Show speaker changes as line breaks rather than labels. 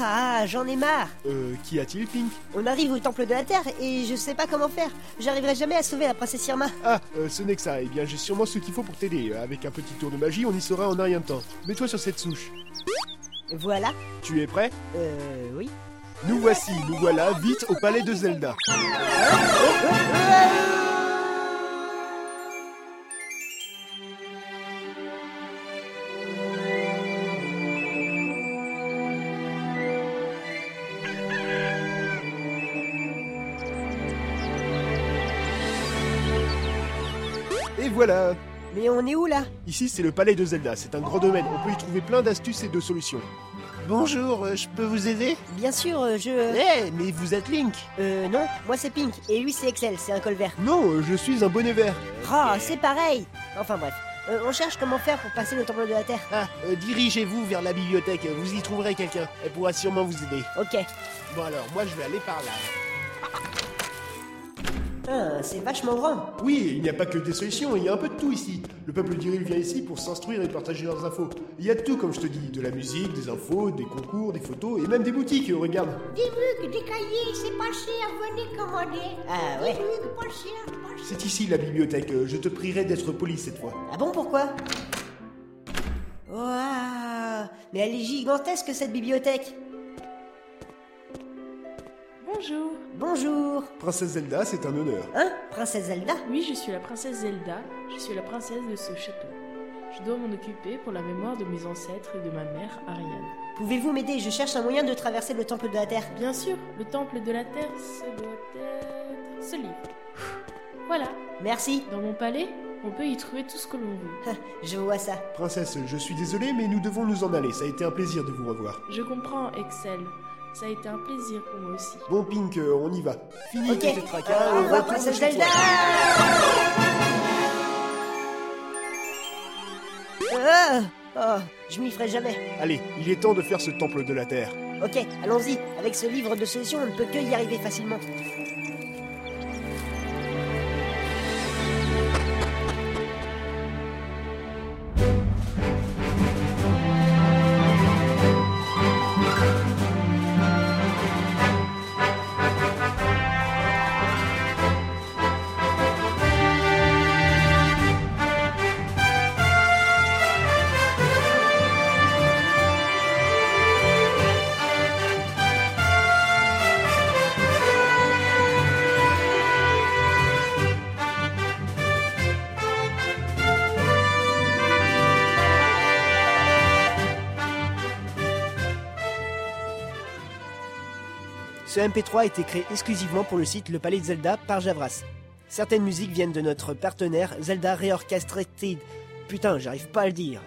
Ah, j'en ai marre
Euh, qu'y a-t-il, Pink
On arrive au temple de la Terre et je sais pas comment faire. J'arriverai jamais à sauver la princesse Irma.
Ah, euh, ce n'est que ça. Eh bien, j'ai sûrement ce qu'il faut pour t'aider. Euh, Avec un petit tour de magie, on y sera en un rien de temps. Mets-toi sur cette souche.
Voilà.
Tu es prêt
Euh, oui.
Nous voici, nous voilà, vite au palais de Zelda. Et voilà
Mais on est où là
Ici, c'est le palais de Zelda. C'est un grand domaine. On peut y trouver plein d'astuces et de solutions.
Bonjour, euh, je peux vous aider
Bien sûr, euh, je.
Eh, mais vous êtes Link
Euh, non, moi c'est Pink et lui c'est Excel, c'est un col vert.
Non, euh, je suis un bonnet vert.
Ah, c'est pareil Enfin bref, Euh, on cherche comment faire pour passer le temple de la Terre.
Ah, euh, dirigez-vous vers la bibliothèque, vous y trouverez quelqu'un. Elle pourra sûrement vous aider.
Ok.
Bon alors, moi je vais aller par là.
Ah, c'est vachement grand.
Oui, il n'y a pas que des solutions, il y a un peu de tout ici. Le peuple d'Iril vient ici pour s'instruire et partager leurs infos. Il y a de tout, comme je te dis, de la musique, des infos, des concours, des photos et même des boutiques, euh, regarde.
Des mugs, des cahiers, c'est pas cher, venez commander.
Ah ouais.
Des mugs, pas cher, pas cher.
C'est ici la bibliothèque, euh, je te prierai d'être poli cette fois.
Ah bon, pourquoi Waouh Mais elle est gigantesque cette bibliothèque
Bonjour.
Bonjour
Princesse Zelda, c'est un honneur.
Hein Princesse Zelda
Oui, je suis la princesse Zelda. Je suis la princesse de ce château. Je dois m'en occuper pour la mémoire de mes ancêtres et de ma mère Ariane.
Pouvez-vous m'aider Je cherche un moyen de traverser le temple de la Terre.
Bien sûr, le temple de la Terre, ça doit être ce livre. Voilà.
Merci. Hein,
Dans mon palais, on peut y trouver tout ce que l'on veut.
Je vois ça.
Princesse, je suis désolé, mais nous devons nous en aller, ça a été un plaisir de vous revoir.
Je comprends, Excel. Ça a été un plaisir pour moi aussi.
Bon, Pink, euh, on y va. Fini
Ok. Ah,
de tes tracas,
Au revoir,
retourne
princesse
chez toi.
Zelda Ah Oh, je m'y ferai jamais.
Allez, il est temps de faire ce temple de la Terre.
Ok, allons-y. Avec ce livre de solutions, on ne peut que y arriver facilement.
Ce MP3 a été créé exclusivement pour le site Le Palais de Zelda par Javras. Certaines musiques viennent de notre partenaire Zelda Reorchestrated. Putain, j'arrive pas à le dire.